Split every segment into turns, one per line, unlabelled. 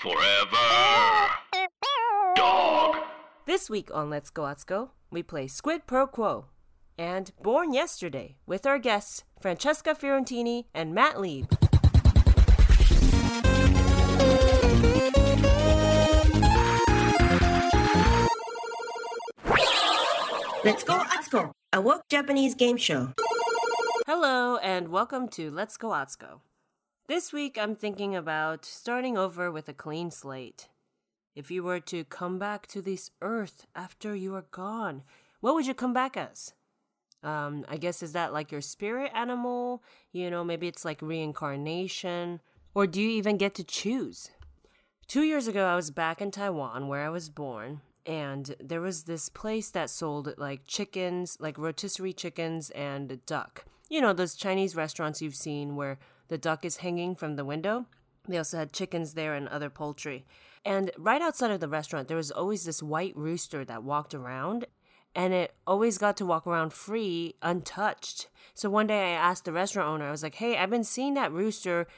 Forever. Dog.
This week on Let's Go Otsko, we play Squid Pro Quo and Born Yesterday with our guests Francesca Fiorentini and Matt Lieb.
Let's go Atsuko, a woke Japanese game show.
Hello and welcome to Let's Go Otsko. This week I'm thinking about starting over with a clean slate. If you were to come back to this earth after you are gone, what would you come back as? Um, I guess is that like your spirit animal? You know, maybe it's like reincarnation, or do you even get to choose? Two years ago, I was back in Taiwan where I was born, and there was this place that sold like chickens, like rotisserie chickens and duck. You know, those Chinese restaurants you've seen where the duck is hanging from the window. They also had chickens there and other poultry. And right outside of the restaurant, there was always this white rooster that walked around, and it always got to walk around free, untouched. So one day I asked the restaurant owner, I was like, hey, I've been seeing that rooster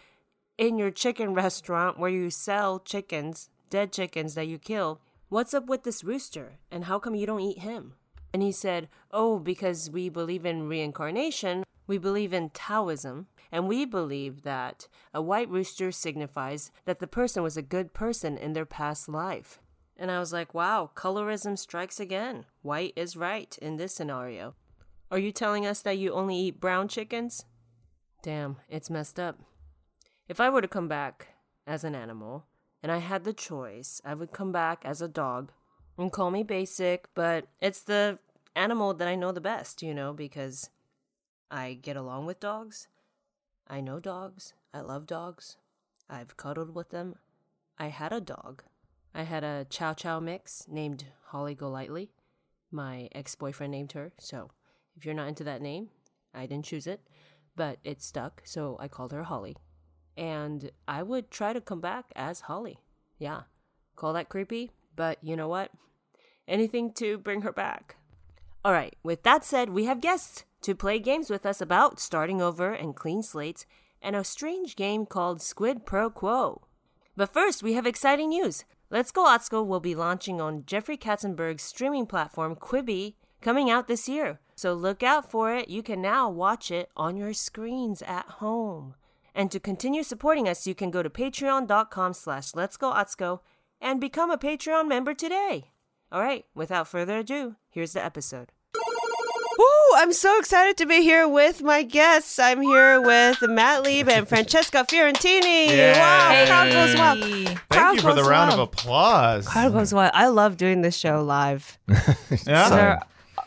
in your chicken restaurant where you sell chickens, dead chickens that you kill. What's up with this rooster? And how come you don't eat him? And he said, Oh, because we believe in reincarnation, we believe in Taoism, and we believe that a white rooster signifies that the person was a good person in their past life. And I was like, Wow, colorism strikes again. White is right in this scenario. Are you telling us that you only eat brown chickens? Damn, it's messed up. If I were to come back as an animal and I had the choice, I would come back as a dog and call me basic, but it's the animal that I know the best, you know, because I get along with dogs. I know dogs. I love dogs. I've cuddled with them. I had a dog. I had a chow chow mix named Holly Golightly. My ex boyfriend named her, so if you're not into that name, I didn't choose it, but it stuck, so I called her Holly and I would try to come back as Holly. Yeah, call that creepy, but you know what? Anything to bring her back. All right, with that said, we have guests to play games with us about starting over and clean slates and a strange game called Squid Pro Quo. But first, we have exciting news. Let's Go Otsko will be launching on Jeffrey Katzenberg's streaming platform Quibi coming out this year. So look out for it. You can now watch it on your screens at home. And to continue supporting us, you can go to patreon.com slash let's go otsko and become a Patreon member today. All right, without further ado, here's the episode.
Woo! I'm so excited to be here with my guests. I'm here with Matt Lieb and Francesca Fiorentini.
Yay.
Wow, crowd goes wild.
Thank
Crowd
you for the
goes
round of
wild.
applause.
Crowd goes wild. I love doing this show live.
Yeah,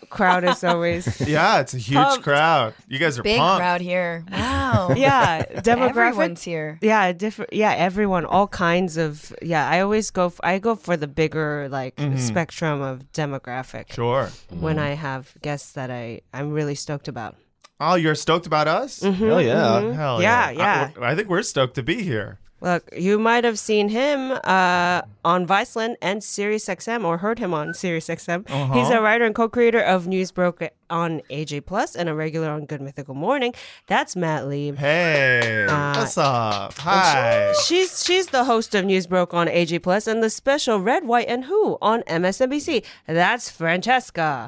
The crowd is always
yeah, it's a huge crowd. You guys are
Big
pumped.
crowd here. Wow.
yeah demographic.
Everyone's here.
Yeah, different. Yeah, everyone, all kinds of. Yeah, I always go. F- I go for the bigger like spectrum of demographic
Mm-hmm. Sure. Mm-hmm.
when I have guests that I I'm really stoked about.
Oh, you're stoked about us?
Mm-hmm,
Hell yeah.
Hell
Yeah,
yeah,
yeah.
I, I think we're stoked to be here.
Look, you might have seen him uh, on Viceland and SiriusXM, or heard him on SiriusXM.
Uh-huh.
He's a writer and co-creator of Newsbroker on AJ Plus and a regular on Good Mythical Morning. That's Matt Lieb.
Hey,
Uh,
what's up? Hi.
She's she's the host of Newsbroke on AJ Plus and the special Red, White, and Who on MSNBC. That's Francesca.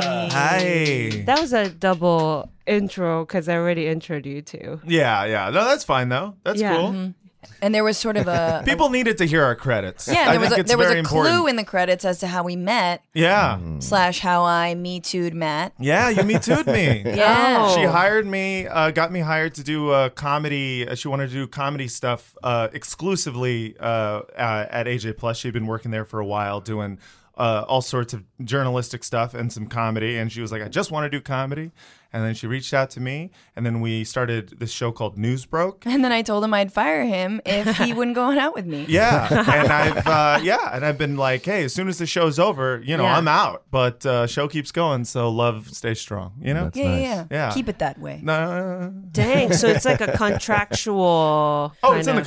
Hi.
That was a double intro because I already introed you two.
Yeah, yeah. No, that's fine though. That's
Yeah.
cool.
And there was sort of a
People needed to hear our credits.
Mm-hmm. yeah,
I
there was
think
a,
it's
there was
very
a clue
important. Hmm.
in the credits as to how we met
Yeah.
slash how I me too'd Oh. Matt.
Yeah, you me too'd me.
Yeah.
She hired me, uh, got me hired to do uh, comedy. uh, She wanted to do comedy stuff uh, exclusively uh, uh, at AJ Plus. She'd been working there for a while doing uh, all sorts of journalistic stuff and some comedy. And she was like, I just want to do comedy. And then she reached out to me. And then we started this show called News Broke.
And then I told him I'd fire him if he wouldn't go on out with me.
Yeah, and I've uh, yeah, and I've been like, hey, as soon as the show's over, you know,
Yeah.
I'm out. But uh, show keeps going, so love stays strong. You know,
That's
Yeah,
nice.
yeah,
Yeah.
yeah. Keep it that way.
no,
Dang. So it's like a contractual.
oh,
kind
it's in the
of-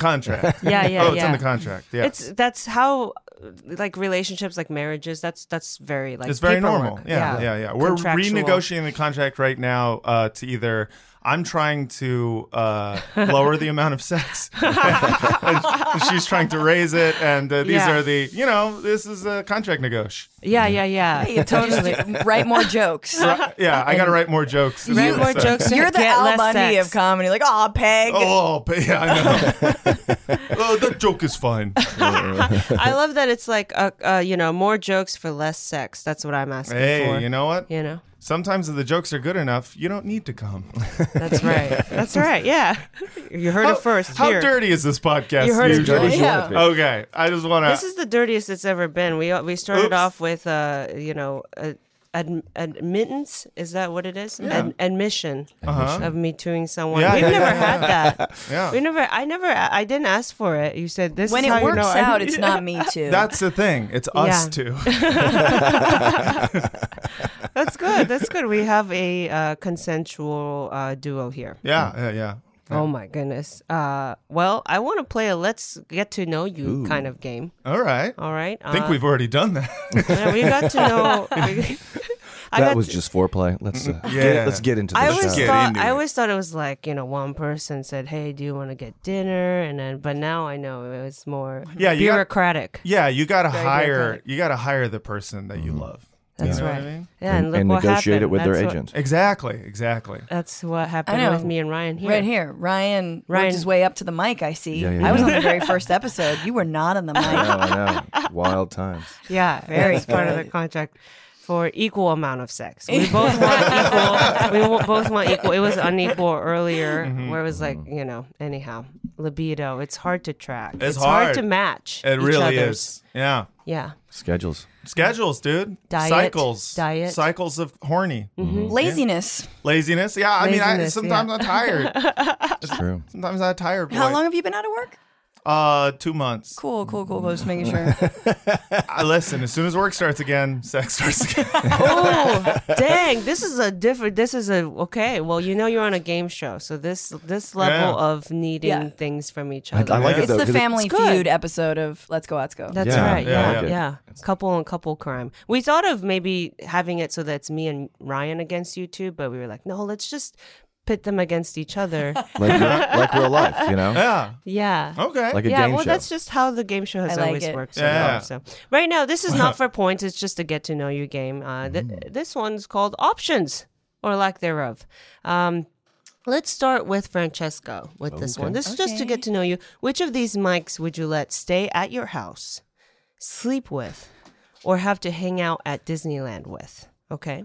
contract.
Yeah, yeah,
oh, it's
yeah.
in the contract. Yeah,
It's that's how uh, like relationships like marriages that's that's very like
It's very
paperwork.
normal. Yeah, yeah, yeah. We're
Contractual.
renegotiating the contract right now uh, to either I'm trying to uh, lower the amount of sex, and she's trying to raise it, and uh, these
Yeah.
are the you know this is a contract negotiation.
Yeah, yeah, yeah. totally.
Just write more jokes.
Yeah, I got to write more jokes.
Write more
So-
jokes.
You're the
Get
Al
less
Bundy
sex.
of comedy. Like, aw, Peg.
Oh, but yeah, I know. oh, that joke is fine.
I love that it's like uh, uh, you know more jokes for less sex. That's what I'm asking for.
hey, you know what?
You know?
Sometimes if the jokes are good enough, you don't need to come.
That's right. That's right. Yeah. You heard it first.
How
here.
dirty is this podcast?
You heard it
usually?
first.
Yeah.
Okay, I just want
This
to.
is the dirtiest it's ever been. We uh, we started
uh, Oops.
off with uh you know a, ad, admittance is that what it is? Ad, admission of me tooing someone.
Uh-huh. Yeah,
We've
yeah,
never
yeah,
had that.
Yeah.
We never. I never. I didn't ask for it. You said this.
When
is
it
how you
works
know I-
out, it's not me too.
That's the thing. It's us
Yeah.
two.
That's good. That's good. We have a uh, consensual uh, duo here.
Yeah, yeah, yeah.
Oh my goodness. Uh, well, I want to play a let's get to know you kind of game.
All right.
All right.
I think
Uh,
we've already done that.
yeah, we got to know. I
that
got
was
to- Mm-hmm.
just foreplay. Let's uh,
Yeah.
get, let's get into the
I
show.
always
get
thought
into
I
it.
always thought it was like you know one person said, "Hey, do you want to get dinner?" And then, but now I know it was more
Yeah, you got-
bureaucratic.
yeah, you gotta
Very
hire.
bureaucratic.
You gotta hire the person that you love.
That's
you know
right.
What I mean?
Yeah, and, look what
negotiate
happened.
it with
That's
their
what-
agent.
Exactly. Exactly.
That's what happened
know.
with me and Ryan here.
Right here, Ryan,
Ryan-
worked his way up to the mic. I see.
Yeah, yeah,
I was
yeah.
on the very first episode. You were not on the
I
mic.
know, I know. Wild times.
Yeah,
Very
that's part of the
good.
contract for equal amount of sex. We both want equal. We w- both want equal. It was unequal earlier,
Mm-hmm.
where it was like you know. Anyhow, libido. It's hard to track.
It's hard.
to match.
It
each
really
other's.
is. Yeah.
Yeah.
Schedules.
Schedules, dude.
Diet.
Cycles.
Diet. Mm-hmm.
Cycles of horny.
Laziness.
Laziness. Yeah. I mean, I
Laziness,
sometimes
yeah.
I'm tired.
Uh,
It's true.
sometimes I'm tired.
How
boy.
long have you been out of work?
Uh, two months.
Cool, cool, cool. cool. Just making sure.
I listen. As soon as work starts again, sex starts again.
Oh, dang! This is a different. This is a okay. Well, you know, you're on a game show, so this this level
Yeah.
of needing
Yeah.
things from each
I,
other.
I like it
it's
though.
the
'cause it-
Family
It's good.
Feud episode of Let's Go, Let's Go.
That's
Yeah,
right.
yeah,
Yeah,
yeah.
yeah. Couple and couple crime. We thought of maybe having it so that it's me and Ryan against you two, but we were like, no, let's just pit them against each other.
like, like real life, you know?
yeah.
yeah.
Okay.
Like a
yeah,
game
well,
show.
that's just how the game show has
I like
always
it.
worked. So far.
Yeah.
So right now, this is not for points. It's just a get to know you game. Uh, th-
Mm.
This one's called options or lack thereof. Um, let's start with Francesco with this one. This is just to get to know you. Which of these mics would you let stay at your house, sleep with, or have to hang out at Disneyland with? Okay.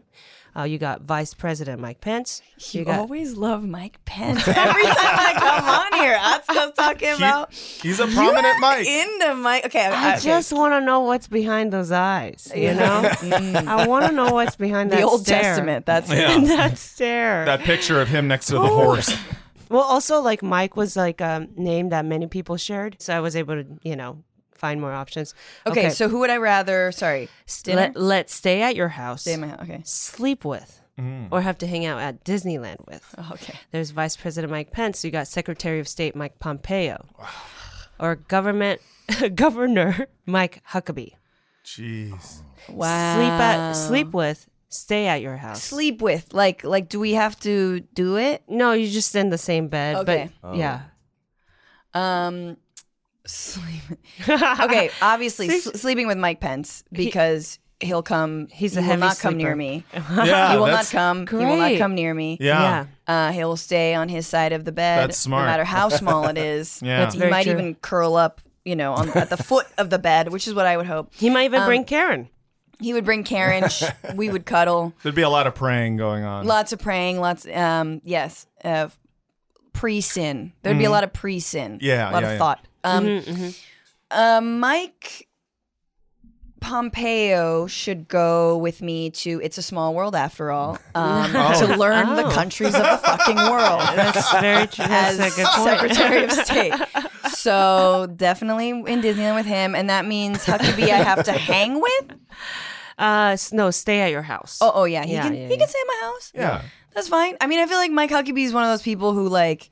Uh, you got Vice President Mike Pence.
You
You got
always love Mike Pence. Every time I come on here, that's what I was talking about.
He's a prominent mic.
Into Mike. Okay, I,
I
okay.
just want to know what's behind those eyes. You know, Mm. I want to know what's behind that
the Old
stare.
Testament. That's
that stare.
that picture of him next to the horse.
well, also like Mike was like a name that many people shared, so I was able to you know find more options.
okay, So who would I rather? Sorry, dinner?
let let's stay at your house,
Stay in my house. Okay.
sleep with, or have to hang out at Disneyland with.
Okay.
There's Vice President Mike Pence. You got Secretary of State Mike Pompeo, or government governor Mike Huckabee.
Jeez.
Wow.
Sleep at sleep with, stay at your house.
Sleep with. Like like do we have to do it?
No, you just in the same bed.
Okay.
But yeah.
Um sleep. okay, obviously s- sleeping with Mike Pence because he, will come
He's
he
a
will
heavy
not come
sleeper.
near me.
Yeah.
he will not
that's,
come. He will not
great.
come near me.
Yeah.
Yeah.
Uh, he'll stay on his side of the bed.
That's smart.
No matter how small it is.
Yeah. That's
He
very
might
true.
even curl up, you know, on, at the foot of the bed, which is what I would hope.
He might even bring Karen.
He would bring Karen. sh- we would cuddle.
There'd be a lot of praying going on.
Lots of praying, lots um yes, uh, pre-sin. There'd be a lot of pre-sin.
Mm-hmm. Yeah,
a lot Um,
Mm-hmm,
yeah,
of
yeah.
thought. Um uh, Mike Pompeo should go with me to It's a Small World After all um,
Oh.
to learn the countries of the fucking world.
Oh. That's very true. That's a
as
good point.
Secretary of State. So definitely in Disneyland with him, and that means Huckabee I have to hang with.
Uh, s- no, stay at your house.
Oh, oh yeah, he
Yeah,
can
yeah,
he
yeah.
can stay at my house.
Yeah.
That's fine. I mean, I feel like Mike Huckabee is one of those people who, like,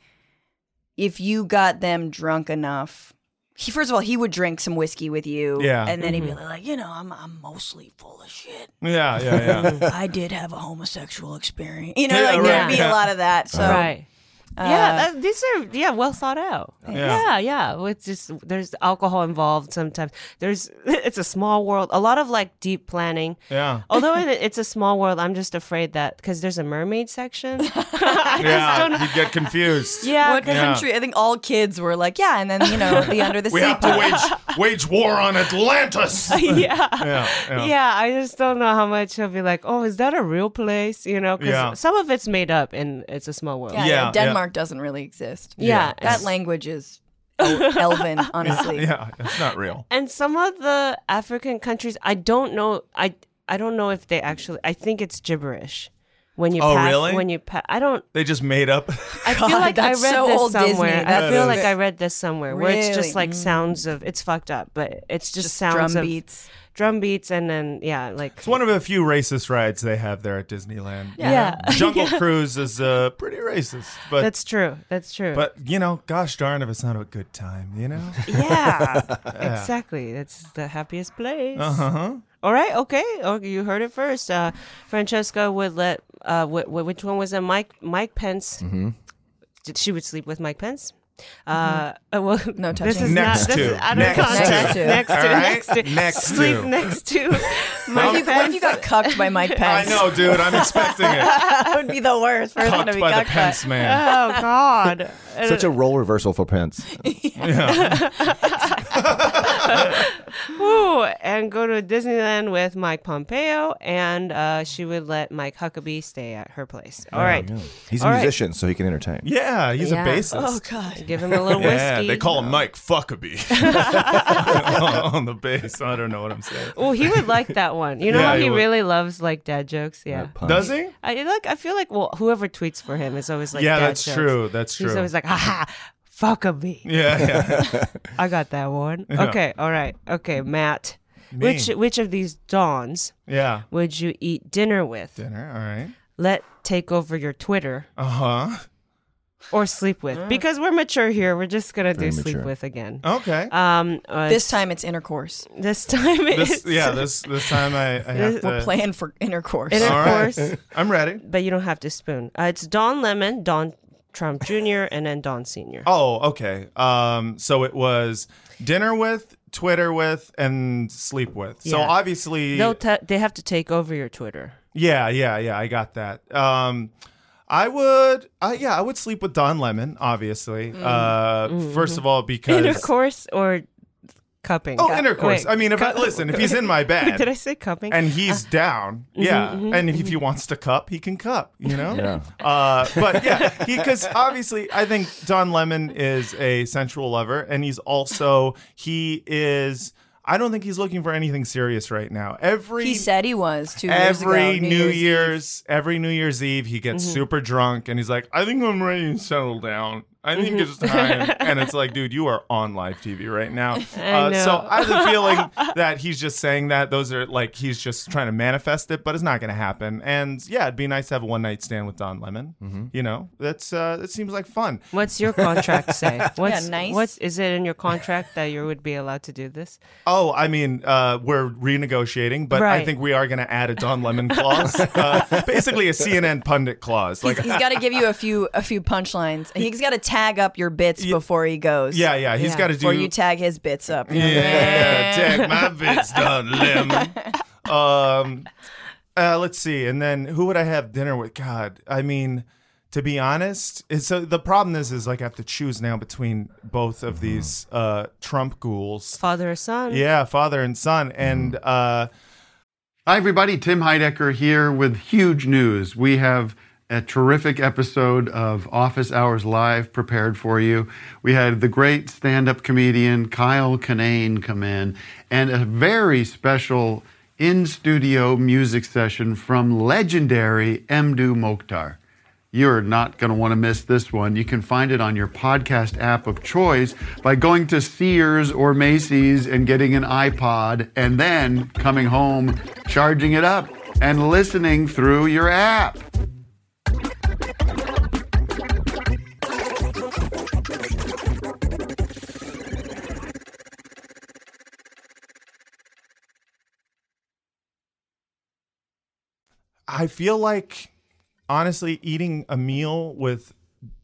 if you got them drunk enough, he first of all he would drink some whiskey with you,
Yeah.
and then
Mm-hmm.
he'd be like, you know, I'm I'm mostly full of shit.
Yeah, yeah, yeah.
I did have a homosexual experience, you know,
Yeah,
like there'd
right.
be a lot of that. So
right.
uh,
yeah, that, these are yeah well thought out.
Yeah.
Yeah, yeah. It's just there's alcohol involved sometimes. There's it's a small world. A lot of like deep planning.
yeah.
Although it, it's a small world, I'm just afraid that because there's a mermaid section. I just
Yeah,
don't.
you get confused.
Yeah,
what
'cause-
Yeah.
country? I think all kids were like, yeah, and then you know the under the
We
sea.
have to wage wage war on Atlantis. yeah,
yeah.
yeah,
Yeah, I just don't know how much he'll be like. Oh, is that a real place? You know, because
Yeah.
some of it's made up and it's a small world.
yeah,
Yeah, yeah.
Denmark doesn't really exist.
Yeah,
that
it's-
language is elven, honestly.
yeah. It's not real.
and some of the African countries, I don't know. I I don't know if they actually. I think it's gibberish. When you
Oh,
pass,
really?
when you pass, I don't.
They just made up.
I feel
God,
like I read
that's so
this
old Disney.
somewhere.
That
I feel
is-
like I read this somewhere where it's
Really? Mm.
just like sounds of it's fucked up, but it's just, sounds
drum
of
beats.
drum beats, and then yeah, like
It's one of a few racist rides they have there at Disneyland.
yeah,
Jungle Cruise is uh, pretty racist, but
that's true, that's true.
but you know, gosh darn, if it's not a good time, you know.
yeah, exactly. That's the happiest place.
Uh huh.
All right, okay, okay, you heard it first. Uh, Francesca would let. Uh, wh- wh- which one was it? Mike Mike Pence.
Mm-hmm.
Did- She would sleep with Mike Pence. Uh, uh, well,
No
This
touching.
is
Next
not, This is
to.
out
Next
of context.
to.
Next
All
to.
right?
Next to.
Next
Sleep
to.
next to.
What
Mike
if, you, what if you
Pence.
got cucked by Mike
I
Pence?
know, dude. I'm expecting it.
that would be the worst person to
Cucked
be
by the
cucked by.
Pence man.
Oh God!
Such a role reversal for Pence. Oh,
Ooh, and go to Disneyland with Mike Pompeo, and uh, she would let Mike Huckabee stay at her place.
Oh,
All right,
He's a
All right.
musician, so he can entertain.
Yeah, he's
Yeah. Oh,
a bassist.
God.
give him a little whiskey.
yeah, they call him Mike Fuckabee on the bass. I don't know what I'm saying.
Oh, he would like that one. You know
Yeah,
how
he
he,
would.
really loves like dad jokes. Yeah.
That pun.
Does he?
I like. I feel like well, whoever tweets for him is always like.
yeah,
dad
that's
jokes.
true. That's true.
He's always like, haha, fuck a me.
yeah, yeah.
I got that one. Okay, all right. Okay, Matt.
Me.
Which which of these dons
yeah.
would you eat dinner with?
Dinner, all right.
Let take over your Twitter
Uh huh.
or sleep
Uh.
with? Because we're mature here. We're just gonna
Very
do sleep
mature.
with again.
Okay.
Um, uh,
This time it's intercourse.
this time it's
this, yeah, this this time I, I have
We're
to.
playing for intercourse.
Inter-
All
Of
right.
course.
I'm ready.
but you don't have to spoon. Uh, it's Don Lemon, Don Trump Jr., and then Don Senior.
Oh, okay. Um, so it was dinner with, Twitter with, and sleep with. So
Yeah.
obviously,
They'll ta- they have to take over your Twitter.
yeah, yeah, yeah. I got that. Um, I would, uh, yeah, I would sleep with Don Lemon, obviously. Uh, first of all, because
Intercourse or cupping?
oh,
Cu-
intercourse.
wait,
I mean, if I
cu-
listen, if he's in my bed,
Did I say cupping?
and he's down. Yeah. and if he wants to cup, he can cup, you know?
Yeah.
Uh, but yeah, because obviously, I think Don Lemon is a sensual lover, and he's also, he is, I don't think he's looking for anything serious right now. Every.
he said he was two years ago.
Every New, Year's,
Eve.
every New Year's Eve, he gets super drunk and he's like, "I think I'm ready to settle down. I think it's time." and it's like, dude, you are on live TV right now. uh, So
know.
I have a feeling that he's just saying that. Those are like he's just trying to manifest it, but it's not going to happen. And yeah, it'd be nice to have a one night stand with Don Lemon. You know, that's uh, that seems like fun.
What's your contract say? What's,
nice.
What's is it in your contract that you would be allowed to do this?
Oh, I mean, uh, we're renegotiating, but I
Right.
think we are going to add a Don Lemon clause, uh, basically a CNN pundit clause, like.
he's got to give you a few a few punchlines. He's got to tag up your bits before he goes.
Yeah, yeah, he's
Yeah.
got to do.
Before you tag his bits up. You know what I mean?
Yeah, tag my bits done, lemon. Um, uh, let's see, and then who would I have dinner with? God, I mean, to be honest, it's, so the problem is, is like I have to choose now between both of these uh, Trump ghouls.
Father or son?
Yeah, father and son, and uh,
Hi, everybody. Tim Heidecker here with huge news. We have a terrific episode of Office Hours Live prepared for you. We had the great stand up comedian Kyle Kinane come in and a very special in studio music session from legendary Mdu Mokhtar. You're not going to want to miss this one. You can find it on your podcast app of choice by going to Sears or Macy's and getting an iPod and then coming home, charging it up, and listening through your app.
I feel like, honestly, eating a meal with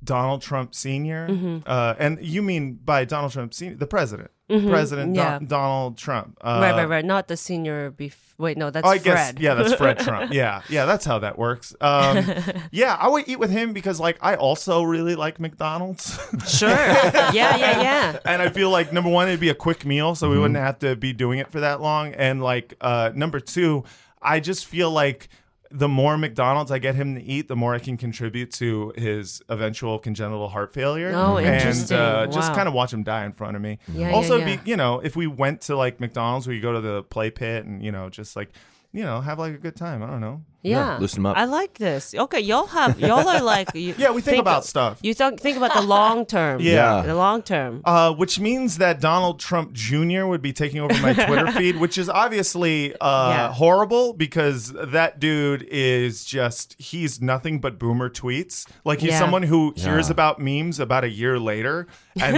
Donald Trump senior
Mm-hmm.
uh, and you mean by Donald Trump senior the president, President Don-
Mm-hmm. yeah.
Donald Trump. Uh,
right, right, right. Not the senior beef. Wait, no, that's
Oh, I
Fred.
guess yeah, that's Fred Trump. Yeah, yeah, that's how that works. Um, yeah, I would eat with him because like I also really like McDonald's,
Sure. yeah, yeah, yeah.
and I feel like number one it'd be a quick meal, so we wouldn't have to be doing it for that long, and like uh, number two, I just feel like the more McDonald's I get him to eat, the more I can contribute to his eventual congenital heart failure.
Oh, interesting.
And uh, just
Wow.
kind of watch him die in front of me.
Yeah,
also,
yeah, yeah.
Be, you know, if we went to like McDonald's, we could go to the play pit and you know just like. You know, have like a good time. I don't know.
Yeah.
loosen 'em up.
I like this. Okay, y'all have y'all are like you,
Yeah, we think about stuff.
You think think about the long term.
Yeah.
The long term.
Uh, which means that Donald Trump Jr. would be taking over my Twitter feed, which is obviously uh,
Yeah.
horrible because that dude is just, he's nothing but boomer tweets. Like he's
Yeah.
someone who hears about memes about a year later and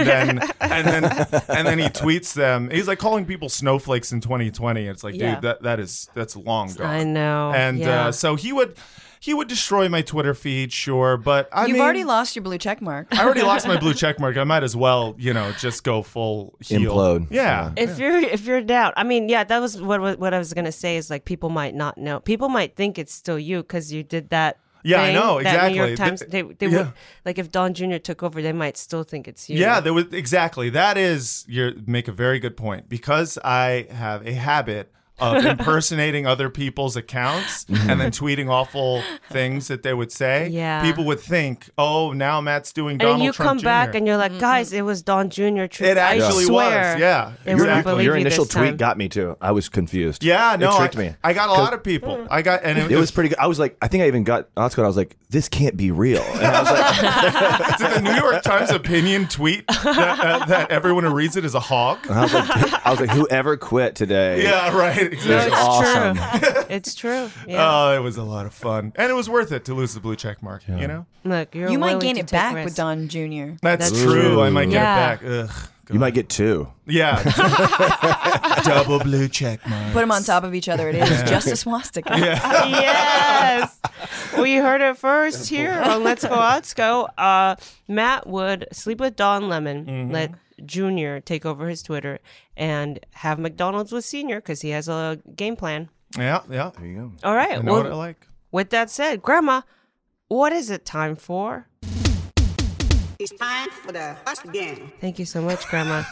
then, and then, and then he tweets them. He's like calling people snowflakes in 2020. It's like,
Yeah.
dude, that, that is, that's long gone.
I know.
And
yeah.
uh, so he would, he would destroy my Twitter feed, sure, but I
You've
mean,
already lost your blue check mark.
I already lost my blue check mark. I might as well, you know, just go full heel.
Implode.
Yeah.
if you're if you're down, I mean, yeah, that was what what- what I was gonna say is like people might not know. People might think it's still you because you did that.
Yeah, I
thing,
know,
that New York Times.
exactly.
They,
Th-
they
yeah.
would like if Don Jr. took over, they might still think it's you.
Yeah, there was exactly. That is you make a very good point because I have a habit of impersonating other people's accounts and then tweeting awful things that they would say.
Mm-hmm. Yeah.
People would think, "Oh, now Matt's doing
and
Donald
then you
Trump
come
Jr.
back and you're like, guys, it was Don Jr. True.
It actually
I swear,
was, yeah.
they
Your-
wouldn't
your
believe
Your
you
initial
this
tweet
time.
got me too. I was confused.
yeah, no,
it tricked
I,
me.
I got a lot of people.
Mm.
I got and
It was pretty good. I was like, I think I even got Oscar. I was like, this can't be real. And I was like,
it's in the New York Times opinion tweet that, uh, that everyone who reads it is a hog.
I was like, I was like, whoever quit today
Yeah, right.
is
Exactly.
awesome.
true. it's true. Yeah.
Oh, it was a lot of fun, and it was worth it to lose the blue check mark. You know,
Look, you're
You might
willing
gain
to
it
take
back
risks.
with Don Jr.
that's,
That's
true.
true.
I might get
Yeah.
it back. Ugh,
You might get two.
yeah, double blue check mark.
Put them on top of each other. It is just a swastika.
yes. We heard it first here on Let's Go Let's Go. Uh, Matt would sleep with Don Lemon, let Junior take over his Twitter, and have McDonald's with Senior because he has a game plan.
Yeah, yeah.
There you go.
All right.
I know
well,
what I like.
with that said, Grandma, what is it time for?
It's time for the first game.
Thank you so much, Grandma.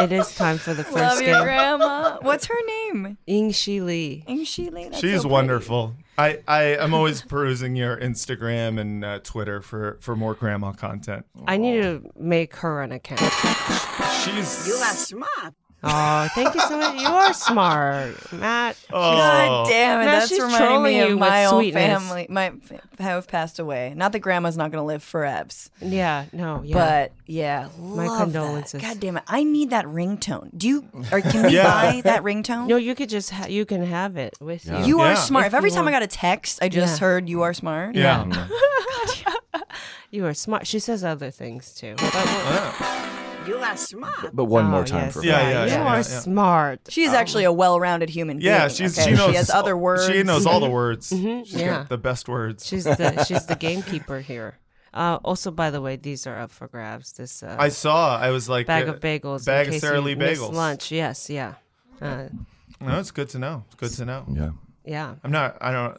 it is time for the
Love
first
your
game.
grandma. What's her name?
Ying Shi Lee.
Ain't she late? That's
She's
so pretty.
wonderful. I, I am always perusing your Instagram and uh, Twitter for, for more grandma content.
I need to make her an account.
She's
You are smart.
Oh, thank you so much. You are smart, Matt.
Oh.
God damn it!
Now
That's
she's
reminding
trolling
me
you
of my
with
own
sweetness.
family. My f- have passed away. Not that grandma's not going to live forever,
Yeah, no, yeah.
but yeah, my
condolences.
God damn it! I need that ringtone. Do you or can we
Yeah.
buy that ringtone?
No, you could just ha- you can have it with you.
You are
Yeah.
smart.
If
If every
you
time I
want-
got a text, I just
Yeah.
heard you are smart.
yeah.
You are smart. She says other things too. But we'll-
You are smart.
But one
Oh,
more time
yes.
for
Yeah,
yeah.
you
yeah,
are
yeah, yeah.
smart.
She's actually a well-rounded human.
Yeah,
being,
she's
okay?
she knows
has other words.
She knows all the words.
Mm-hmm.
She's got
yeah.
the best words.
She's the she's the gamekeeper here. Uh, also, by the way, these are up for grabs. This uh,
I saw. I was like
bag
uh,
of bagels. in
Bag of
case
Sara
you
Lee
miss
bagels.
Lunch. Yes. Yeah. Uh,
No, it's good to know. It's good to know.
Yeah.
yeah.
I'm not. I don't. I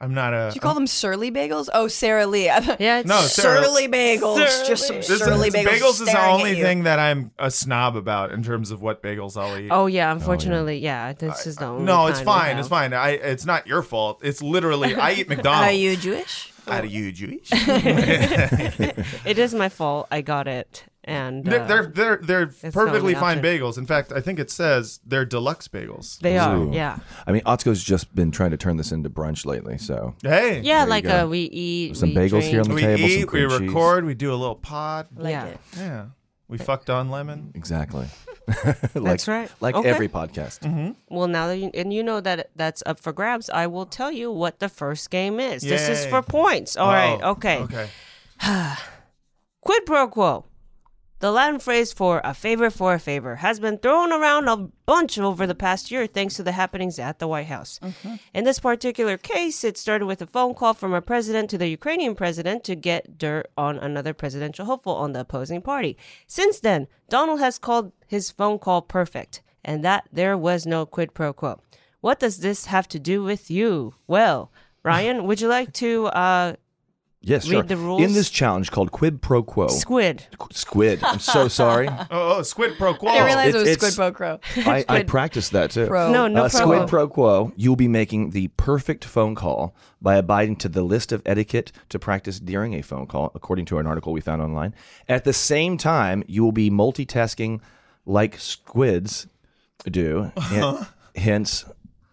I'm not a.
Did you call them surly bagels? Oh, Sarah Lee. Yeah.
Yeah, it's
No, Sarah-
Surly bagels.
Surly.
Just some
This
This is-
surly bagels.
bagels is the
staring at
only
you.
thing that I'm a snob about in terms of what bagels I'll eat.
Oh yeah, unfortunately, yeah. This is the only
no, it's
kind we
fine.
have.
It's fine. I it's not your fault. It's literally I eat McDonald's.
Are you Jewish?
Are you Jewish?
It is my fault. I got it, and
they're
uh,
they're they're, they're
the
perfectly
only
fine
option.
bagels. In fact, I think it says they're deluxe bagels.
they are.
Ooh.
Yeah,
I mean, Otsko's just been trying to turn this into brunch lately. So
Hey,
yeah. Like uh,
go.
we eat
Some
we
bagels here on
drink.
the
we
table. some
eat, we
cream cheese.
record, we do a little pod.
yeah.
it.
Yeah, we fucked on lemon.
Exactly. like,
That's right.
Like
Okay. Mm-hmm.
every podcast.
Well, now that you, and you know that that's up for grabs, I will tell you what the first game is. This is
Yay.
for points. All right.
Oh,
Okay.
okay.
Quid pro quo. The Latin phrase for a favor for a favor has been thrown around a bunch over the past year thanks to the happenings at the White House. In this particular case, it started with a phone call from a president to the Ukrainian president to get dirt on another presidential hopeful on the opposing party. Since then, Donald has called his phone call perfect, and that there was no quid pro quo. What does this have to do with you? Well, Ryan, would you like to uh,
Yes,
Read
sure.
the rules.
In this challenge called Quid Pro Quo.
squid?
Qu- Squid. I'm so sorry.
Oh, oh, squid pro quo.
I didn't realize
it's-
it was
it's-
Squid Pro Crow.
I, I practiced that too.
Pro.
No, no
uh,
problem.
Squid pro quo, you'll be making the perfect phone call by abiding to the list of etiquette to practice during a phone call, according to an article we found online. At the same time, you will be multitasking like squids do, and, hence
Uh-huh.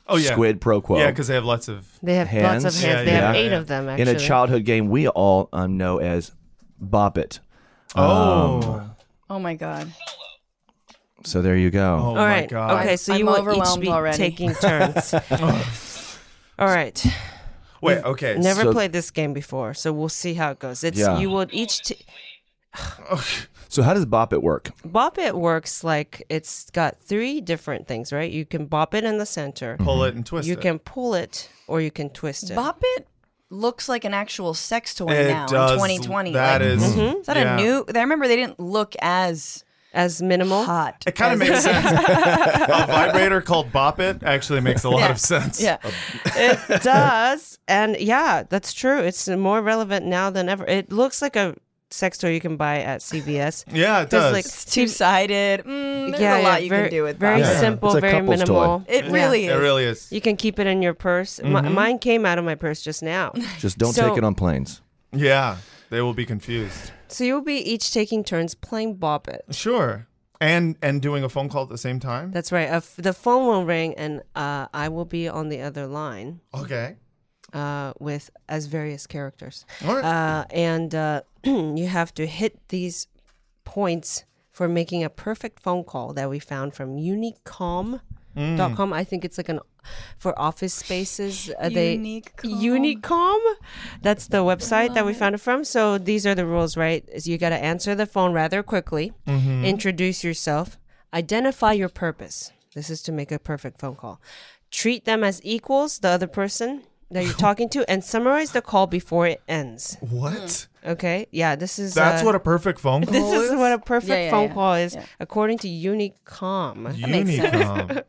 Oh yeah,
squid pro quo.
Yeah, because they have lots of.
They have
hands.
lots of hands.
Yeah,
they have
yeah,
eight
yeah.
of them,
In
actually.
a childhood game we all um, know as Bop It.
Oh,
Oh my god.
So there you
oh
go.
All
my
right.
god.
Okay, so
I'm
you will each
overwhelmed
be
already.
taking turns. Oh. All right.
Wait. Okay.
Never
So-
played this game before, so we'll see how it goes. It's
Yeah.
you will each t-
So how does Bop It work?
bop it works like it's got three different things, right? You can bop it in the center.
Pull it and Mm-hmm. twist
You
it.
can pull it or you can twist it.
Bop It looks like an actual sex toy
It
now
does.
in 2020.
That
like,
is.
mm-hmm.
Is that
yeah.
a new? I remember they didn't look as
As minimal.
hot.
It kind of
as-
makes sense. a vibrator called Bop It actually makes a lot
Yeah.
of sense.
Yeah.
It does. And yeah, that's true. It's more relevant now than ever. It looks like a sex toy you can buy at CVS.
Yeah, it
There's
does.
like
It's two sided. Mm, there's a lot you
very,
can do with
very
Bop It.
Yeah.
simple,
It's a
very
couple's toy. Mm-hmm.
minimal.
It really
It
is.
really is.
You can keep it in your purse. Mi- mine came out of my purse just now.
Just don't
So-
take it on planes.
Yeah, they will be confused.
so you'll be each taking turns playing Bop It.
Sure. And and doing a phone call at the same time.
That's right. Uh, f- the phone will ring, and uh, I will be on the other line
Okay.
uh, with as various characters.
All right.
Uh, and uh, you have to hit these points for making a perfect phone call that we found from unicom.com.
Mm.
I think it's like an for office spaces. Uh, they
Unicom.
Unicom. That's the website that we found it from. So these are the rules, right? Is you got to answer the phone rather quickly,
Mm-hmm.
introduce yourself, identify your purpose. This is to make a perfect phone call. Treat them as equals, the other person that you're talking to, and summarize the call before it ends.
what?
Okay? Yeah, this is
That's
hmm. uh,
what a perfect phone call.
this is what a perfect
Yeah, yeah,
phone
yeah.
call is, according to Unicom.
Unicom.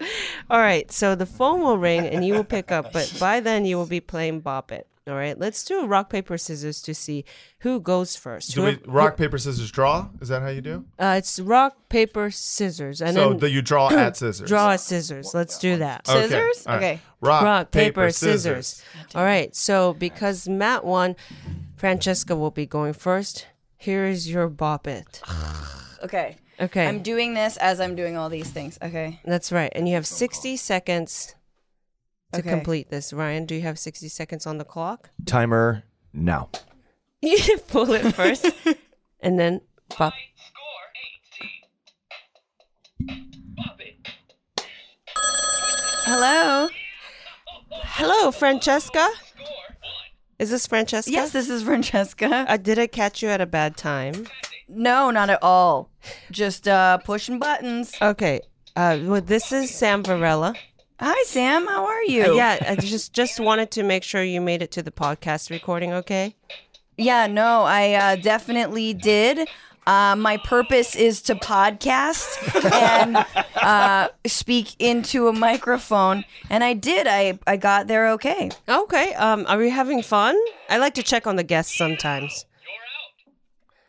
All right, so the phone will ring and you will pick up, but by then you will be playing Bop It. All right, let's do a rock, paper, scissors to see who goes first.
Do we
Whoever-
rock paper scissors draw? Is that how you do?
uh, it's rock, paper, scissors. And
so
then
that you draw at scissors.
draw a scissors. Let's do that.
Okay.
Scissors?
All right.
Okay.
Rock,
rock, paper, scissors. All right, so because Matt won, Francesca will be going first. Here is your Bop It.
Okay.
Okay,
I'm doing this as I'm doing all these things. Okay.
that's right. And you have 60 seconds to
Okay.
complete this. Ryan, do you have 60 seconds on the clock?
Timer now.
You pull it first, and then pop.
Hello.
Hello, Francesca. Is this Francesca?
Yes, this is Francesca.
Uh, did I catch you at a bad time?
No, not at all. Just uh, pushing buttons.
Okay. Uh, well, this is Sam Varela.
Hi, Sam. How are you?
Uh, yeah, I just just wanted to make sure you made it to the podcast recording. Okay.
Yeah, no, I uh, definitely did. Uh, my purpose is to podcast and uh, speak into a microphone, and I did. I I got there okay.
Okay. Um, are we having fun? I like to check on the guests sometimes.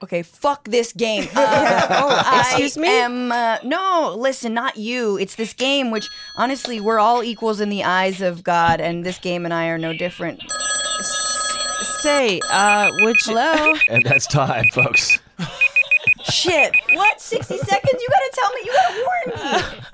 Okay, fuck this game. Uh, oh,
excuse
I
me?
Am, uh, no, listen, not you. It's this game, which honestly, we're all equals in the eyes of God, and this game and I are no different.
Say, uh, would you?
Hello?
And that's time, folks.
Shit. What? 60 seconds? You gotta tell me. You gotta warn me.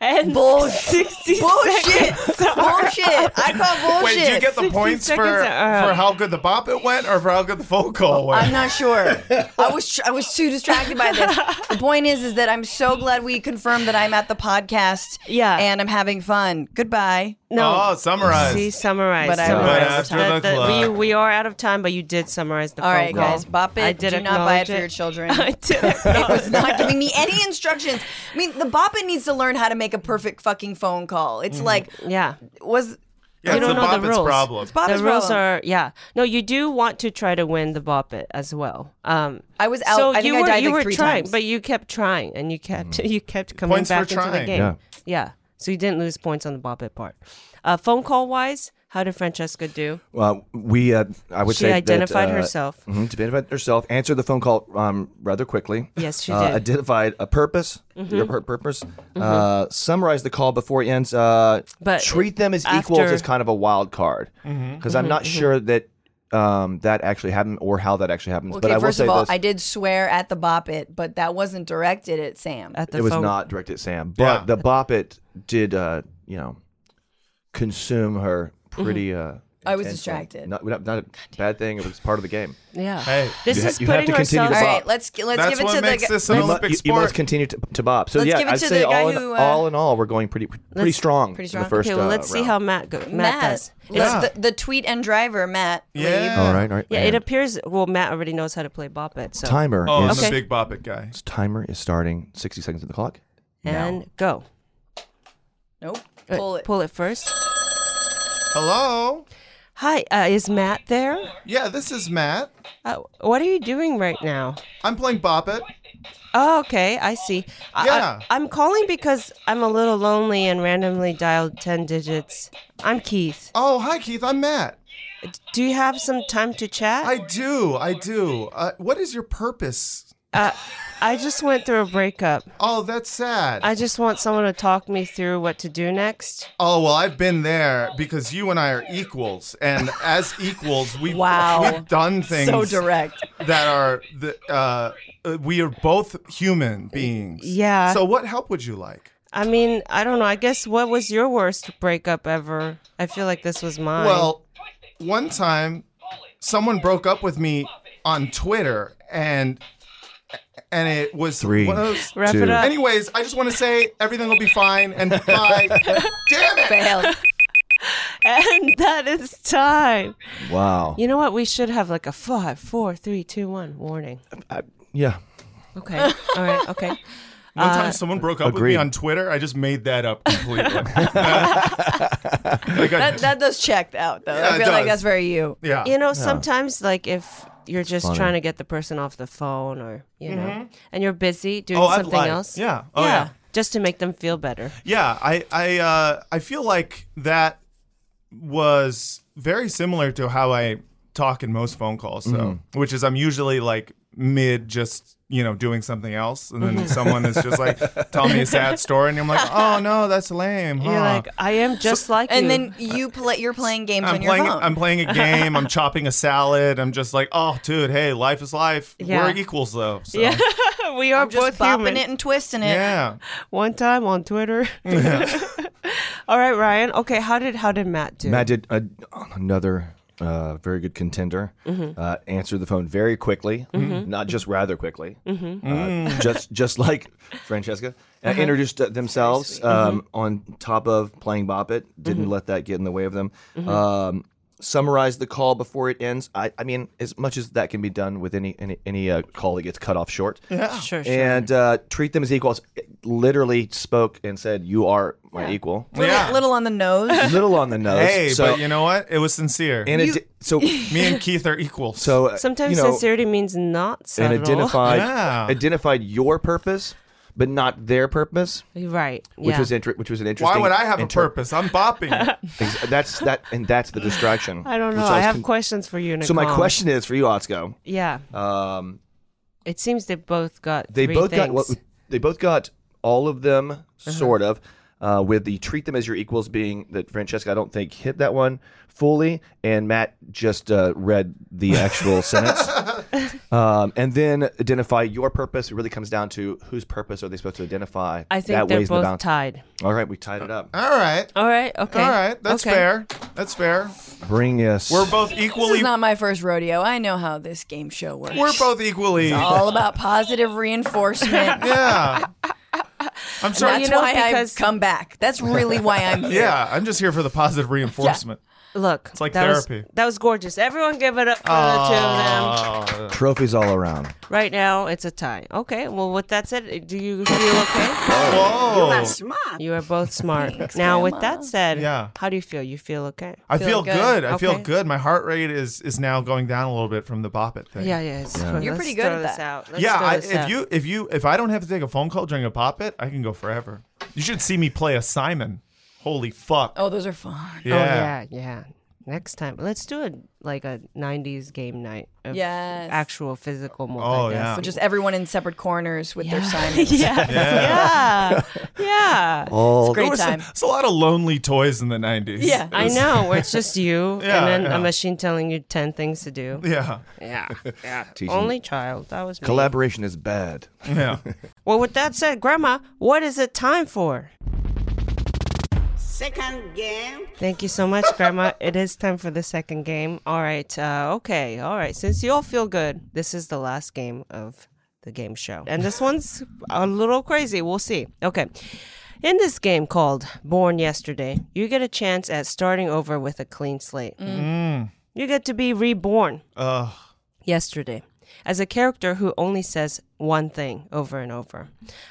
And
Bull-
60
Bullshit.
seconds.
Bullshit. I call bullshit.
Wait, did you get the
60
points for,
Oh, seconds, uh,
for how good the bop it went or for how good the phone call went?
I'm not sure. I was tr- I was too distracted by this. The point is, is that I'm so glad we confirmed that I'm at the podcast.
Yeah.
and I'm having fun. Goodbye.
No.
Oh, summarize.
See, summarize.
But I
summarize.
will But after
the clock.
we, we are out of time, but you did summarize the
All
phone
right,
call.
guys, bop it.
I did
Do not buy it
acknowledge
for your children.
I did.
It was
acknowledge-
not giving me any instructions. I mean, the bop it needs to learn how to make a perfect fucking phone call. It's
Mm-hmm.
like
yeah.
was
yeah,
you
it's
don't
the
know the
Boppet's
rules.
problem.
Bop
the
It's
rules
problem.
are yeah. No, you do want to try to win the bop it as well. Um,
I was out-
So
I think
you
I
were
died
you
like
were
three
trying,
times.
but you kept trying and you kept you kept coming
Mm. Points for
back into the
trying.
game.
Yeah.
Yeah. So you didn't lose points on the bop it part. Uh, phone call wise, how did Francesca do?
Well, we, uh, I would
She
say, that,
identified
uh,
herself.
mhm, she identified herself. Answered the phone call um, rather quickly.
Yes, she
Uh,
did. Mm-hmm.
Identified a purpose. Your pur- purpose. Uh, summarized the call before it ends. Uh,
But
treat them as equals
after- Mm-hmm,
is kind of a wild card because I'm not sure that um, that actually happened or how that actually happens.
okay.
but I will
first
say
of all,
this:
I did swear at the bop it, but that wasn't directed at Sam.
At the
it was
phone,
not directed at Sam, but
Yeah.
the bop it did. Uh, you know, consume her pretty. Uh,
I was
intensely.
distracted.
Not, not not a bad thing. It was part of the game.
Yeah.
Hey,
This
You ha-
is
you have
putting
to continue
herself.
all
to bop.
right, let's let's
That's
give it
what
to the
makes
guy-
this an
let's-
you, mu-
Olympic
you- you
sport.
must continue to, to bop. So
Let's
yeah,
give it
I'd
to
say
the guy
all, in,
who, uh,
all in all, we're going pretty pretty strong.
pretty
in
strong.
The first,
Okay, well,
uh,
let's see
round.
how Matt go- Matt,
Matt,
does.
let's-
Yeah.
the, the tweet and driver Matt.
Yeah.
All right, all right.
Yeah, it
and
appears. Well, Matt already knows how to play bop it. So
timer
Oh, I'm
is
a big bop it guy.
timer is starting sixty seconds of the clock.
and go.
Nope.
Uh,
Pull it.
Pull it first.
Hello.
Hi, uh, is Matt there?
Yeah, this is Matt.
Uh, what are you doing right now?
I'm playing bop it.
Oh, okay, I see. I,
Yeah.
I, am calling because I'm a little lonely and randomly dialed 10 digits. I'm Keith.
Oh, hi Keith. I'm Matt.
Do you have some time to chat?
I do. I do. Uh, what is your purpose?
uh, I just went through a breakup.
Oh, that's sad.
I just want someone to talk me through what to do next.
oh well, I've been there because you and I are equals, and as equals, we've
Wow.
we've done things
So direct.
that are the uh, uh, we are both human beings.
Yeah.
So what help would you like?
I mean, I don't know. I guess what was your worst breakup ever? I feel like this was mine.
Well, one time someone broke up with me on Twitter and and it was
Three,
one of those-
Wrap
two.
it up.
Anyways, I just want to say everything will be fine and bye. Damn it.
Failed.
and that is time.
Wow.
You know what? We should have like a five, four, three, two, one warning.
yeah.
Okay. All right. Okay.
One
Uh,
time someone broke up with
agreed.
me on Twitter. I just made that up completely. like I,
That, that does check out though.
Yeah,
I
it
feel like
does.
that's very you.
yeah.
You know, sometimes like if you're just trying to get the person off the phone or you know, and you're busy doing
Oh, I've
something
lied.
else.
Yeah. Oh, yeah.
Just to make them feel better.
Yeah, I I uh, I feel like that was very similar to how I talk in most phone calls, so which is I'm usually like mid just you know doing something else, and then someone is just like telling me a sad story, and I'm like, oh no, that's lame.
You're
huh."
like, I am just like
And
you.
then you play. You're playing games
I'm
on your
playing.
phone.
I'm playing a game. I'm chopping a salad. I'm just like, oh, dude, hey, life is life.
Yeah.
We're equals though. So.
yeah, we are
I'm
both
just bopping
human.
it and twisting it.
Yeah.
One time on Twitter. All right, Ryan. Okay, how did how did Matt do?
Matt did a, another uh, very good contender. Uh, answered the phone very quickly, not just rather quickly. Uh, just just like Francesca uh, introduced uh, themselves um, on top of playing Bop It. Didn't let that get in the way of them. Um, summarize the call before it ends. I, I mean, as much as that can be done with any any, any uh, call that gets cut off short.
Yeah.
Sure, sure.
And uh, treat them as equals. Literally spoke and said, "You are my equal."
Little,
Yeah.
little on the nose.
Little on the nose.
Hey,
Uh, so,
but you know what? It was sincere.
and it di- so
Me and Keith are equal.
so uh,
Sometimes
you know,
sincerity means not
and
subtle.
identified
Yeah.
identified your purpose, but not their purpose,
right.
which
Yeah.
was inter- which was an
why
interesting.
would I have a
inter-
purpose? I'm bopping.
Ex- That's that, and that's the distraction.
I don't
which
know. I
was
have
con-
questions for you, Nicole.
So my question is for you, Otsko.
Yeah.
Um,
It seems they both got.
they
three
both
things. Uh-huh.
got what they both got all of them sort of uh, with the treat them as your equals being that Francesca I don't think hit that one fully and Matt just uh, read the actual sentence um, and then identify your purpose it really comes down to whose purpose are they supposed to identify
I think
that
they're
weighs the
both
balance
tied.
all right we tied it up
All right.
All right. Okay.
All right. That's
Okay.
fair. That's fair.
bring us
We're both
This
equally
is not my first rodeo. I know how this game show works.
we're both equally
all about positive reinforcement.
Yeah. I'm sorry.
That's
you know,
why
because-
I've come back. That's really why I'm here.
yeah, I'm just here for the positive reinforcement.
Look,
like
that
therapy.
Was, that was gorgeous. Everyone, give it up for the two of them.
Oh,
trophies all around
Right now, it's a tie. Okay. Well, with that said, do you feel okay?
Oh.
whoa.
Smart.
You are both smart. now, with that said,
Yeah.
how do you feel? You feel okay?
I feel,
Feel
good.
good.
I feel
Okay.
good. My heart rate is is now going down a little bit from the bop it thing.
Yeah, yeah. It's cool.
You're
Let's
pretty good
throw
at
this
that.
Out. Let's
Yeah,
throw
I,
this
if
out.
you if you if I don't have to take a phone call during a pop it, I can go forever. You should see me play a Simon. Holy fuck.
Oh, those are fun.
yeah.
Oh yeah, yeah. Next time, let's do a like a '90s game night. Of
Yes.
Actual physical
Oh, yeah.
multitasking.
So just everyone in separate corners with their Simons.
yeah. Yeah. yeah.
all
There
Great
was some-
time.
It's a lot of lonely toys in the 90s.
Yeah.
I know, where it's just you
Yeah,
and then
yeah.
a machine telling you 10 things to do.
Yeah.
Yeah. Yeah.
Teaching-
Only child. That was me.
collaboration is bad
Yeah.
Well, with that said, Grandma, what is it time for?
Second game.
Thank you so much, Grandma. it is time for the second game. All right. Uh, okay. All right. Since you all feel good, this is the last game of the game show. And this one's a little crazy. We'll see. Okay. In this game called Born Yesterday, you get a chance at starting over with a clean slate. You get to be reborn
Ugh.
yesterday as a character who only says one thing over and over.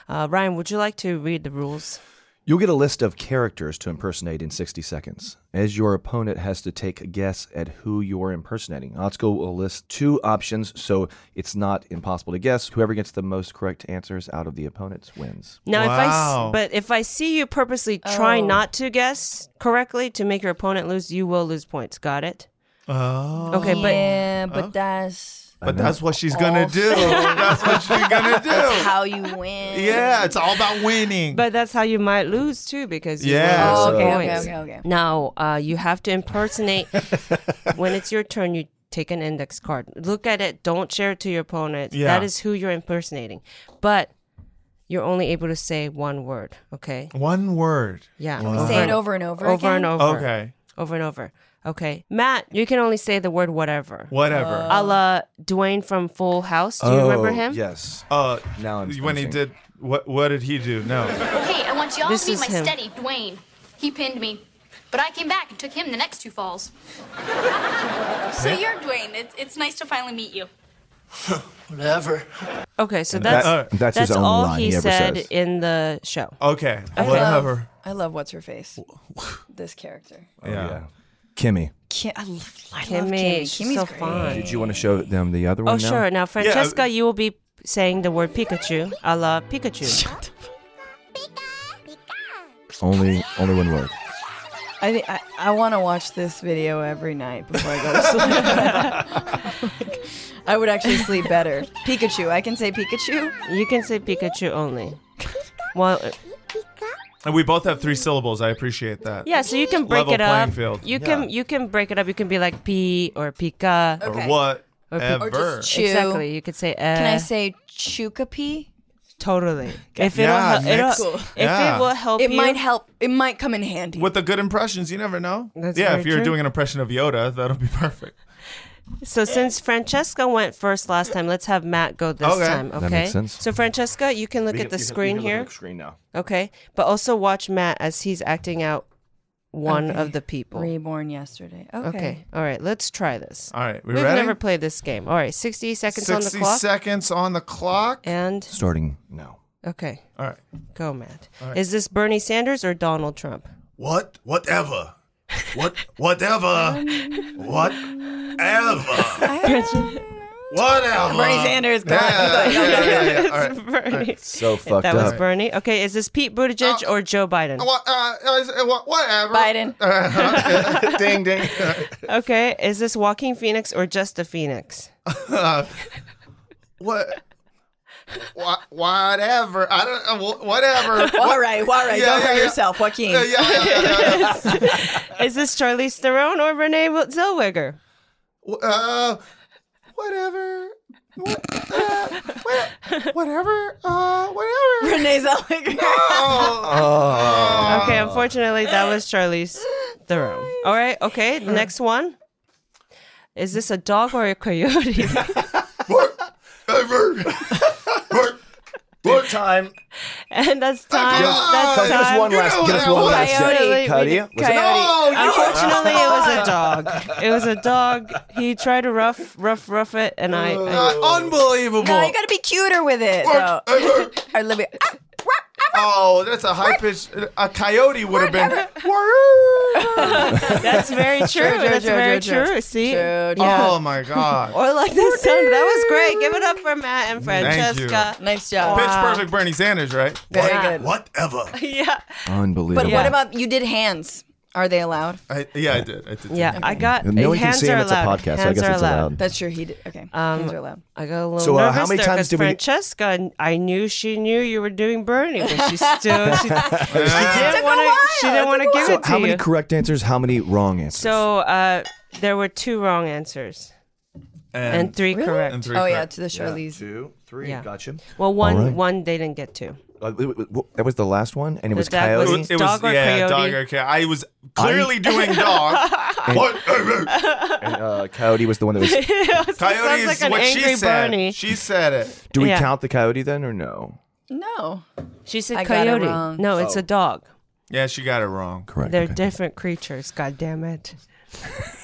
Uh, Ryan, would you like to read the rules?
You'll get a list of characters to impersonate in 60 seconds, as your opponent has to take a guess at who you're impersonating. Otsko will list two options, so it's not impossible to guess. Whoever gets the most correct answers out of the opponents wins.
Now, if I
Wow.
s- but if I see you purposely try
Oh.
not to guess correctly to make your opponent lose, you will lose points. Got it?
Oh.
Okay,
yeah, but that's
But that's what she's
Oh.
going to do. That's what she's going to do.
how you win.
Yeah, it's all about winning.
but but that's how you might lose too because you will
Yeah.
lose
Oh, okay,
points.
okay, okay, okay.
Now, uh, you have to impersonate. when it's your turn, you take an index card. Look at it. Don't share it to your opponent.
Yeah.
That is who you're impersonating. But you're only able to say one word. Okay.
One word.
Yeah.
Say it over and over.
Over
again?
and over.
Okay.
Over and over. Okay. Matt, you can only say the word whatever.
Whatever.
A la Dwayne from Full House. Do you
Oh,
remember him?
Yes.
Uh,
Now I'm
when he
sensing.
did what? What did he do? No.
Hey, I want y'all
This
to meet
is
my
him.
steady, Dwayne. He pinned me, but I came back and took him the next two falls. so you're Dwayne. It's, it's nice to finally meet you.
Okay. So that's
That- uh,
that's his only
all
line
he,
he ever
said
says.
in the show.
Okay.
I
Whatever.
Love, I love what's her face. This character.
Oh, yeah. Kimmy,
Kim, I, love, I love
Kimmy,
Kimmy.
she's
Kimmy's
so
great.
fun.
did you want to show them the other one?
Oh,
now?
sure. Now, Francesca, you will be saying the word Pikachu, a la Pikachu.
Only, only one word.
I thi- I, I want to watch this video every night before I go to sleep. I would actually sleep better. Pikachu. I can say Pikachu.
You can say Pikachu only. Well, uh,
And we both have three syllables. I appreciate that.
yeah. So you can break
Level
it up.
playing field.
You
Yeah.
can you can break it up. You can be like P or Pika.
Or
Okay.
what?
Or pe-
ever.
or
Chew.
Exactly. You could say. Uh,
Can I say Chukapee?
totally? If
Yeah,
it'll, hel- it'll-
mix- Cool.
if
Yeah.
it will help
It
you,
might help. It might come in handy.
With the good impressions, you never know.
That's
yeah,
very
if you're
true.
doing an impression of Yoda, that'll be perfect.
So since Francesca went first last time, let's have Matt go this
Okay.
time. Okay.
That makes sense.
So Francesca, you can look at the screen here.
screen now.
Okay. But also watch Matt as he's acting out one
Okay.
of the people.
Reborn yesterday. Okay.
okay. All right. Let's try this.
All right, we
We've
ready?
never played this game. All right. 60 seconds
60
on the clock.
seconds on the clock.
and
Starting now.
okay.
All right.
Go, Matt. Is this Bernie Sanders or Donald Trump?
What? Whatever. What? Whatever. Whatever. Whatever.
Bernie Sanders. Go
Yeah, yeah, yeah, yeah, yeah. All right. Oh.
Bernie.
So fucked
That was
up.
Bernie. Okay, is this Pete Buttigieg or Joe Biden?
What, uh, uh, what- whatever.
Biden.
Uh, ding, ding.
Okay, is this Walking Phoenix or just a Phoenix?
Uh, what? Wha- whatever. I don't. Uh, wha- whatever.
All right. All right.
Yeah,
Go
yeah,
for
yeah.
yourself, Joaquin.
Yeah, yeah, yeah, yeah, yeah. Uh,
Is this Charlize Theron or Renee Zellweger?
Wh- Uh, whatever. What, uh, wha- whatever. Uh, whatever.
Renee Zellweger.
Oh,
Okay, unfortunately, that was Charlize Theron. All right, okay, next one. Is this a dog or a coyote?
whatever.
Good time.
and that's time.
God.
That's
Give us
time.
one
You
last.
know
Give us
that
one
one.
last. shot.
Coyote.
Coyote. Was it-
Oh, you
Unfortunately, it was a dog. It was a dog. He tried to rough, rough, rough it, and I. I
Uh, unbelievable.
No, you gotta be cuter with it. though.
Whatever.
Or Libby. Ah,
Oh, that's a high pitch. A coyote would have been. Whatever.
that's very true.
true,
that's
true,
very
true,
true.
true.
See.
Dude.
Oh my god.
Or like this sound. That was great. Give it up for Matt and
Thank you.
Francesca.
Nice job.
Pitch perfect Bernie Sanders, right?
Very good.
Whatever.
Yeah.
Unbelievable.
But what about you did hands? Are they allowed?
I, yeah, I did. I did.
Yeah. I got
No one can
hands
see him.
are
It's a
allowed.
podcast, so I
Hands
guess
are
it's allowed.
That's true. He did. Okay. hands are allowed.
I got a little
So, uh,
nervous
how many
there
times
'cause
do we-
Francesca? I knew she knew you were doing Bernie, but she still she, she didn't want
while.
to. She didn't
It
want to
took a
give
So
it to
how many
you.
correct answers? How many wrong answers?
so uh, there were two wrong answers and, three correct.
And three
Oh yeah,
correct.
to the Charlize.
two, three.
Yeah.
Gotcha.
Well, one
right.
one they didn't get to.
Uh, w- w- w- that was the last one, and it was
that was-
coyote.
It dog or
yeah,
coyote?
dog or coyote. I was clearly doing dog. Whatever.
and, uh, coyote was the one that was.
Coyote
sounds
is
like an
what
angry
she said.
Bernie.
She said it.
Do we
Yeah.
count the coyote then, or no?
No.
She said
I got it
coyote.
wrong.
No, it's a dog.
Yeah, she got it wrong.
Correct.
They're
Oh. okay.
different creatures. God damn it.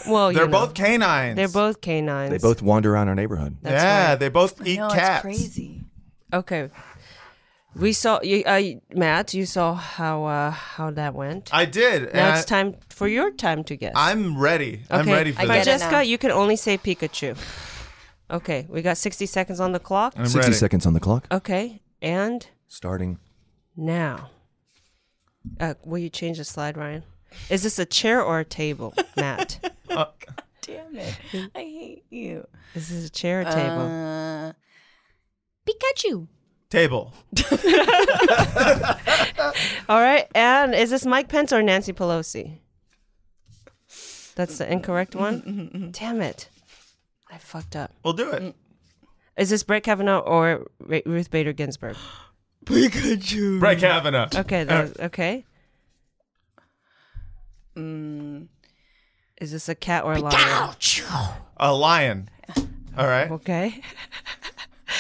Well,
They're
you know,
both canines.
Oh, They're both canines.
They both wander around our neighborhood.
yeah, they both eat
No, it's
cats.
crazy.
Okay. We saw you, uh, Matt. You saw how uh, how that went.
I did.
now
and
it's time for your time to guess.
I, am ready. I'm
okay,
ready for
I
this.
get it. now.
Francesca, you can only say Pikachu. Okay, we got 60 seconds on the clock.
I'm
60
ready.
seconds on the clock.
Okay, and
Starting.
now, uh, will you change the slide, Ryan? Is this a chair or a table, Matt?
Damn it. I hate you.
Is this a chair or a table?
Uh,
Pikachu.
Table.
All right, and is this Mike Pence or Nancy Pelosi? That's the incorrect one. Damn it, I fucked up.
We'll do it.
Is this Brett Kavanaugh or Ra- Ruth Bader Ginsburg?
Brett Kavanaugh.
Mm. Okay, that was- okay.
mm,
Is this a cat or a lion?
A lion. All right.
Okay.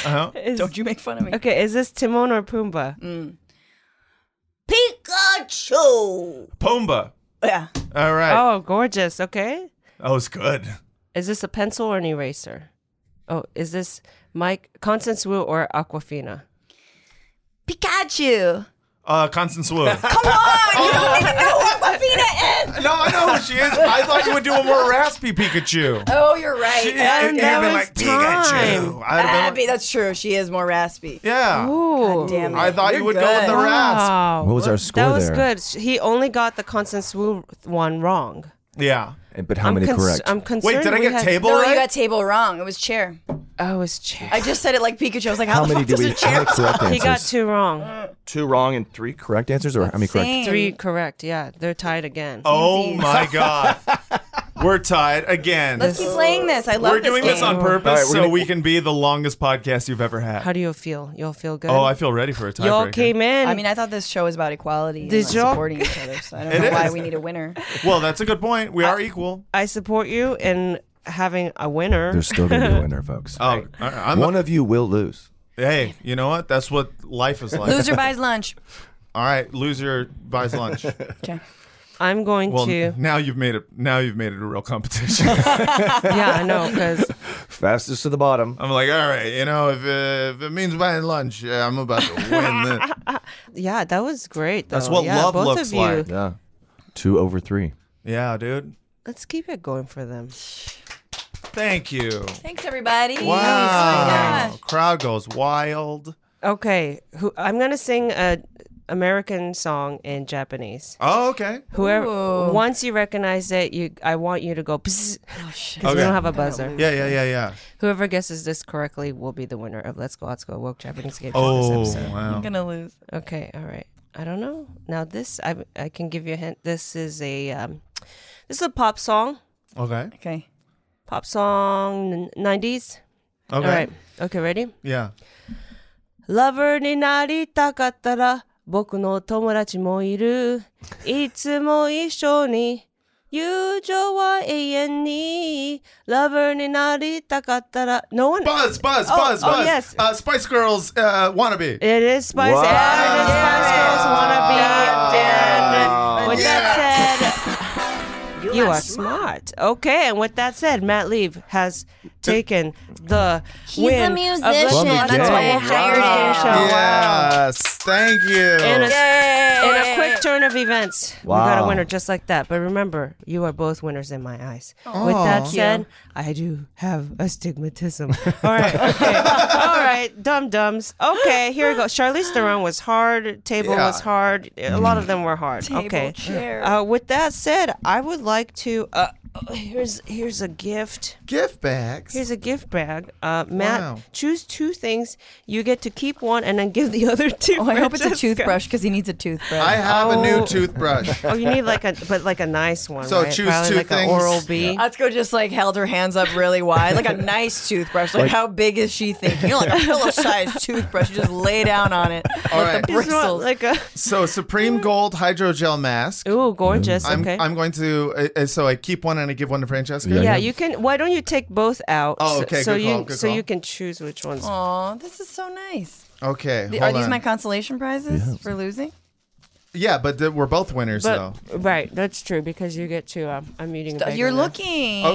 Uh-huh.
Is-
don't you make fun of me.
okay, is this Timon or Pumbaa?
Pikachu.
Pumbaa.
Yeah.
All right.
Oh, gorgeous. Okay.
That was good.
Is this a pencil or an eraser? Oh, is this Mike Constance Wu or Aquafina?
Pikachu.
Uh, Constance Wu.
Come on. You don't even know who Aquafina is.
No, I know who she is. I thought you would do a more raspy Pikachu.
Oh, you're right.
She,
and
it, it
that was
been like
time.
Pikachu. I'd have been
Abby,
like,
that's true. She is more raspy.
yeah.
Ooh.
Damn it.
I thought
You're
you would go with
good.
the rasp.
Wow.
What was our score
That was
there?
good. Sh- He only got the Constance Wu one wrong.
Yeah.
And- But how
I'm
many
cons-
correct?
I'm concerned.
Wait, did I
we
get
had-
table
No,
right?
you got table wrong. It was chair.
Oh, it's chair.
I just said it like Pikachu. I was like, how,
how
the
many
fuck
did
does
we?
a chair?
How many correct
he
answers?
got two
Mm.
wrong.
two wrong and three correct answers, or how many correct?
Three correct. Yeah, they're tied again.
Oh my God. We're tied again.
Let's keep playing this. I love
we're doing this
game.
on purpose
All right, we're
so
gonna-
we can be the longest podcast you've ever had.
How do you feel? You'll feel good.
oh, I feel ready for a tiebreaker.
Y'all came in.
I mean, I thought this show was about equality
Did
and like,
y'all-
supporting each other. So I don't
It
know why
is.
we need a winner.
Well, that's a good point. We are equal.
I support you in having a winner.
There's still going to be a winner, folks.
Oh, all right, I'm,
One of you will lose.
hey, you know what? That's what life is like.
Loser buys lunch.
All right, loser buys lunch.
Okay.
I'm going
Well,
to.
now you've made it. Now you've made it a real competition.
yeah, I know because
Fastest to the bottom.
I'm like, all right, you know, if, uh, if it means buying lunch, uh, I'm about to win. this.
yeah, that was great. Though.
That's what
yeah,
love
both
looks
of you.
like.
Yeah. Two over three.
yeah, dude.
Let's keep it going for them.
Thank you.
Thanks, everybody. Oh
Wow. Crowd goes wild.
Okay, who I'm gonna sing a American song in Japanese.
Oh, okay.
Whoever
Ooh.
once you recognize it, you I want you to go because we
Okay.
don't have a buzzer.
Yeah, yeah, yeah, yeah.
Whoever guesses this correctly will be the winner of Let's Go Let's Go Woke Japanese Game Show
Oh,
this episode.
I'm
wow.
gonna lose.
Okay, all right. I don't know. Now this I I can give you a hint. This is a um, this is a pop song.
Okay.
Okay.
Pop song nineties.
Okay.
All right. Okay, ready?
Yeah.
ラブになりたかったら僕の友達もいる。いつも一緒に。友情は永遠に。ラブになりたかったら。No one.
Buzz, buzz,
Oh,
buzz,
oh,
buzz.
yes.
Uh, Spice Girls uh, wannabe.
It is Spice.
Wow.
And it is Spice Girls wanna be. And with that said, you, are smart. Okay, and with that said, Matt Leave has taken the
He's
win
a
of Let's
musician.
Go
That's
Let's
why I
Go
hired
Game
him.
Show.
Yes. Thank you.
And a In a
Eh.
quick turn of events, we got a
Wow.
winner just like that. But remember, you are both winners in my eyes. With that said, I do have astigmatism. All right, okay. all right, dum dums. Okay, here we go. Charlize Theron was hard. Table
Yeah. Mm.
was hard. A lot of them were hard. okay.
chair.
Uh, with that said, I would like to. Uh, oh, here's here's a gift.
Gift bags.
Here's a gift bag. Uh, Matt,
Wow.
choose two things. You get to keep one and then give the other two.
Oh, I hope it's a
toothbrush.
toothbrush because he needs a toothbrush.
I have a
Oh.
new toothbrush.
Oh, you need like a but like a nice one.
So
right?
choose
Probably
two
like an
things.
Oral B.
Atsuko just like held her hands up really wide, like a nice toothbrush. Like, how big is she thinking? You know, like a pillow-sized toothbrush. You just lay down on it.
All
with
right.
the
Just want,
bristles.
like a
So Supreme Gold Hydrogel Mask.
ooh, gorgeous.
I'm,
okay.
I'm going to, uh, uh, so I keep one and I give one to Francesca?
yeah, you can. Why don't you take both out?
Oh, okay,
So
good
you
call, good
so
call.
you can choose which ones.
Aw, this is so nice.
Okay.
uh,
The- Are
hold
these
on.
my consolation prizes for losing?
Yeah, but th- we're both winners,
But
though.
right, that's true because you get to. Um, I'm eating. a bagel
You're
now.
looking.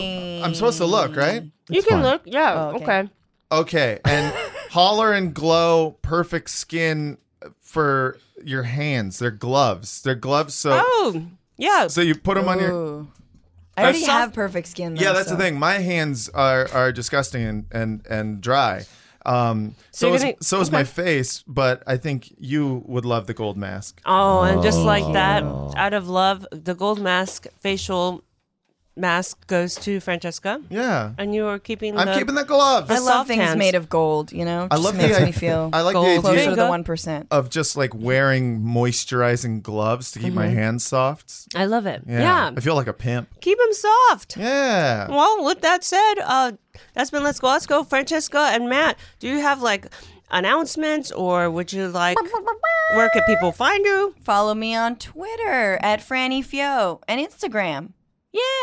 Oh, I'm supposed to look, right?
You can look. Yeah.
Oh, okay.
okay.
Okay. And Holler and Glow Perfect Skin uh, for your hands. They're gloves. They're gloves. So,
Oh, yeah.
so you put them on your.
Ooh. I already
Soft-
have perfect skin. Though,
Yeah, that's
so-
the thing. My hands are, are disgusting and, and, and dry. Um, so
you're
is,
gonna-
so is my face, but I think you would love the gold mask.
Oh, and just like that, out of love, the gold mask facial mask goes to Francesca,
Yeah,
and you are keeping.
I'm
the,
keeping the gloves.
I love
soft
things
hands.
made of gold. You know,
I love
Just makes
the
me feel
I like
gold.
the
closer
idea
to
Bingo.
the one percent.
of just like wearing moisturizing gloves to keep my hands soft.
I love it.
Yeah.
Mm-hmm. yeah.
I feel like a pimp.
Keep him soft.
Yeah.
Well, with that said, uh, that's been Let's Go, Let's Go. Francesca and Matt, do you have like announcements or would you like, where could people find you?
Follow me on Twitter at Franny Fio and Instagram.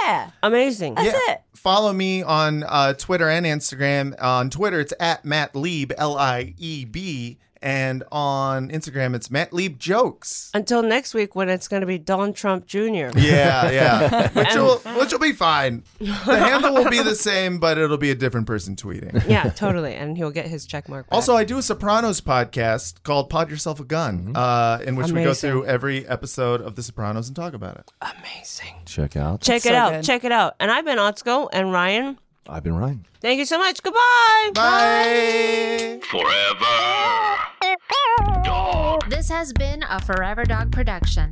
Yeah,
Amazing.
that's
Yeah.
it.
Follow me on uh, Twitter and Instagram. Uh, on Twitter, it's at Matt Lieb, L I E B. And on Instagram, it's Matt Lieb Jokes.
Until next week when it's going to be Donald Trump Jr.
Yeah, yeah. Which will, which will be fine. The handle will be the same, but it'll be a different person tweeting.
yeah, totally. And he'll get his check mark. Back.
Also, I do a Sopranos podcast called Pod Yourself a Gun, uh, in which we go
Amazing.
through every episode of The Sopranos and talk about it.
amazing.
Check out.
Check it
so
out.
good.
Check it out. And I've been Otsko and Ryan.
I've been Ryan.
Thank you so much. Goodbye.
Bye.
This has been a Forever Dog production.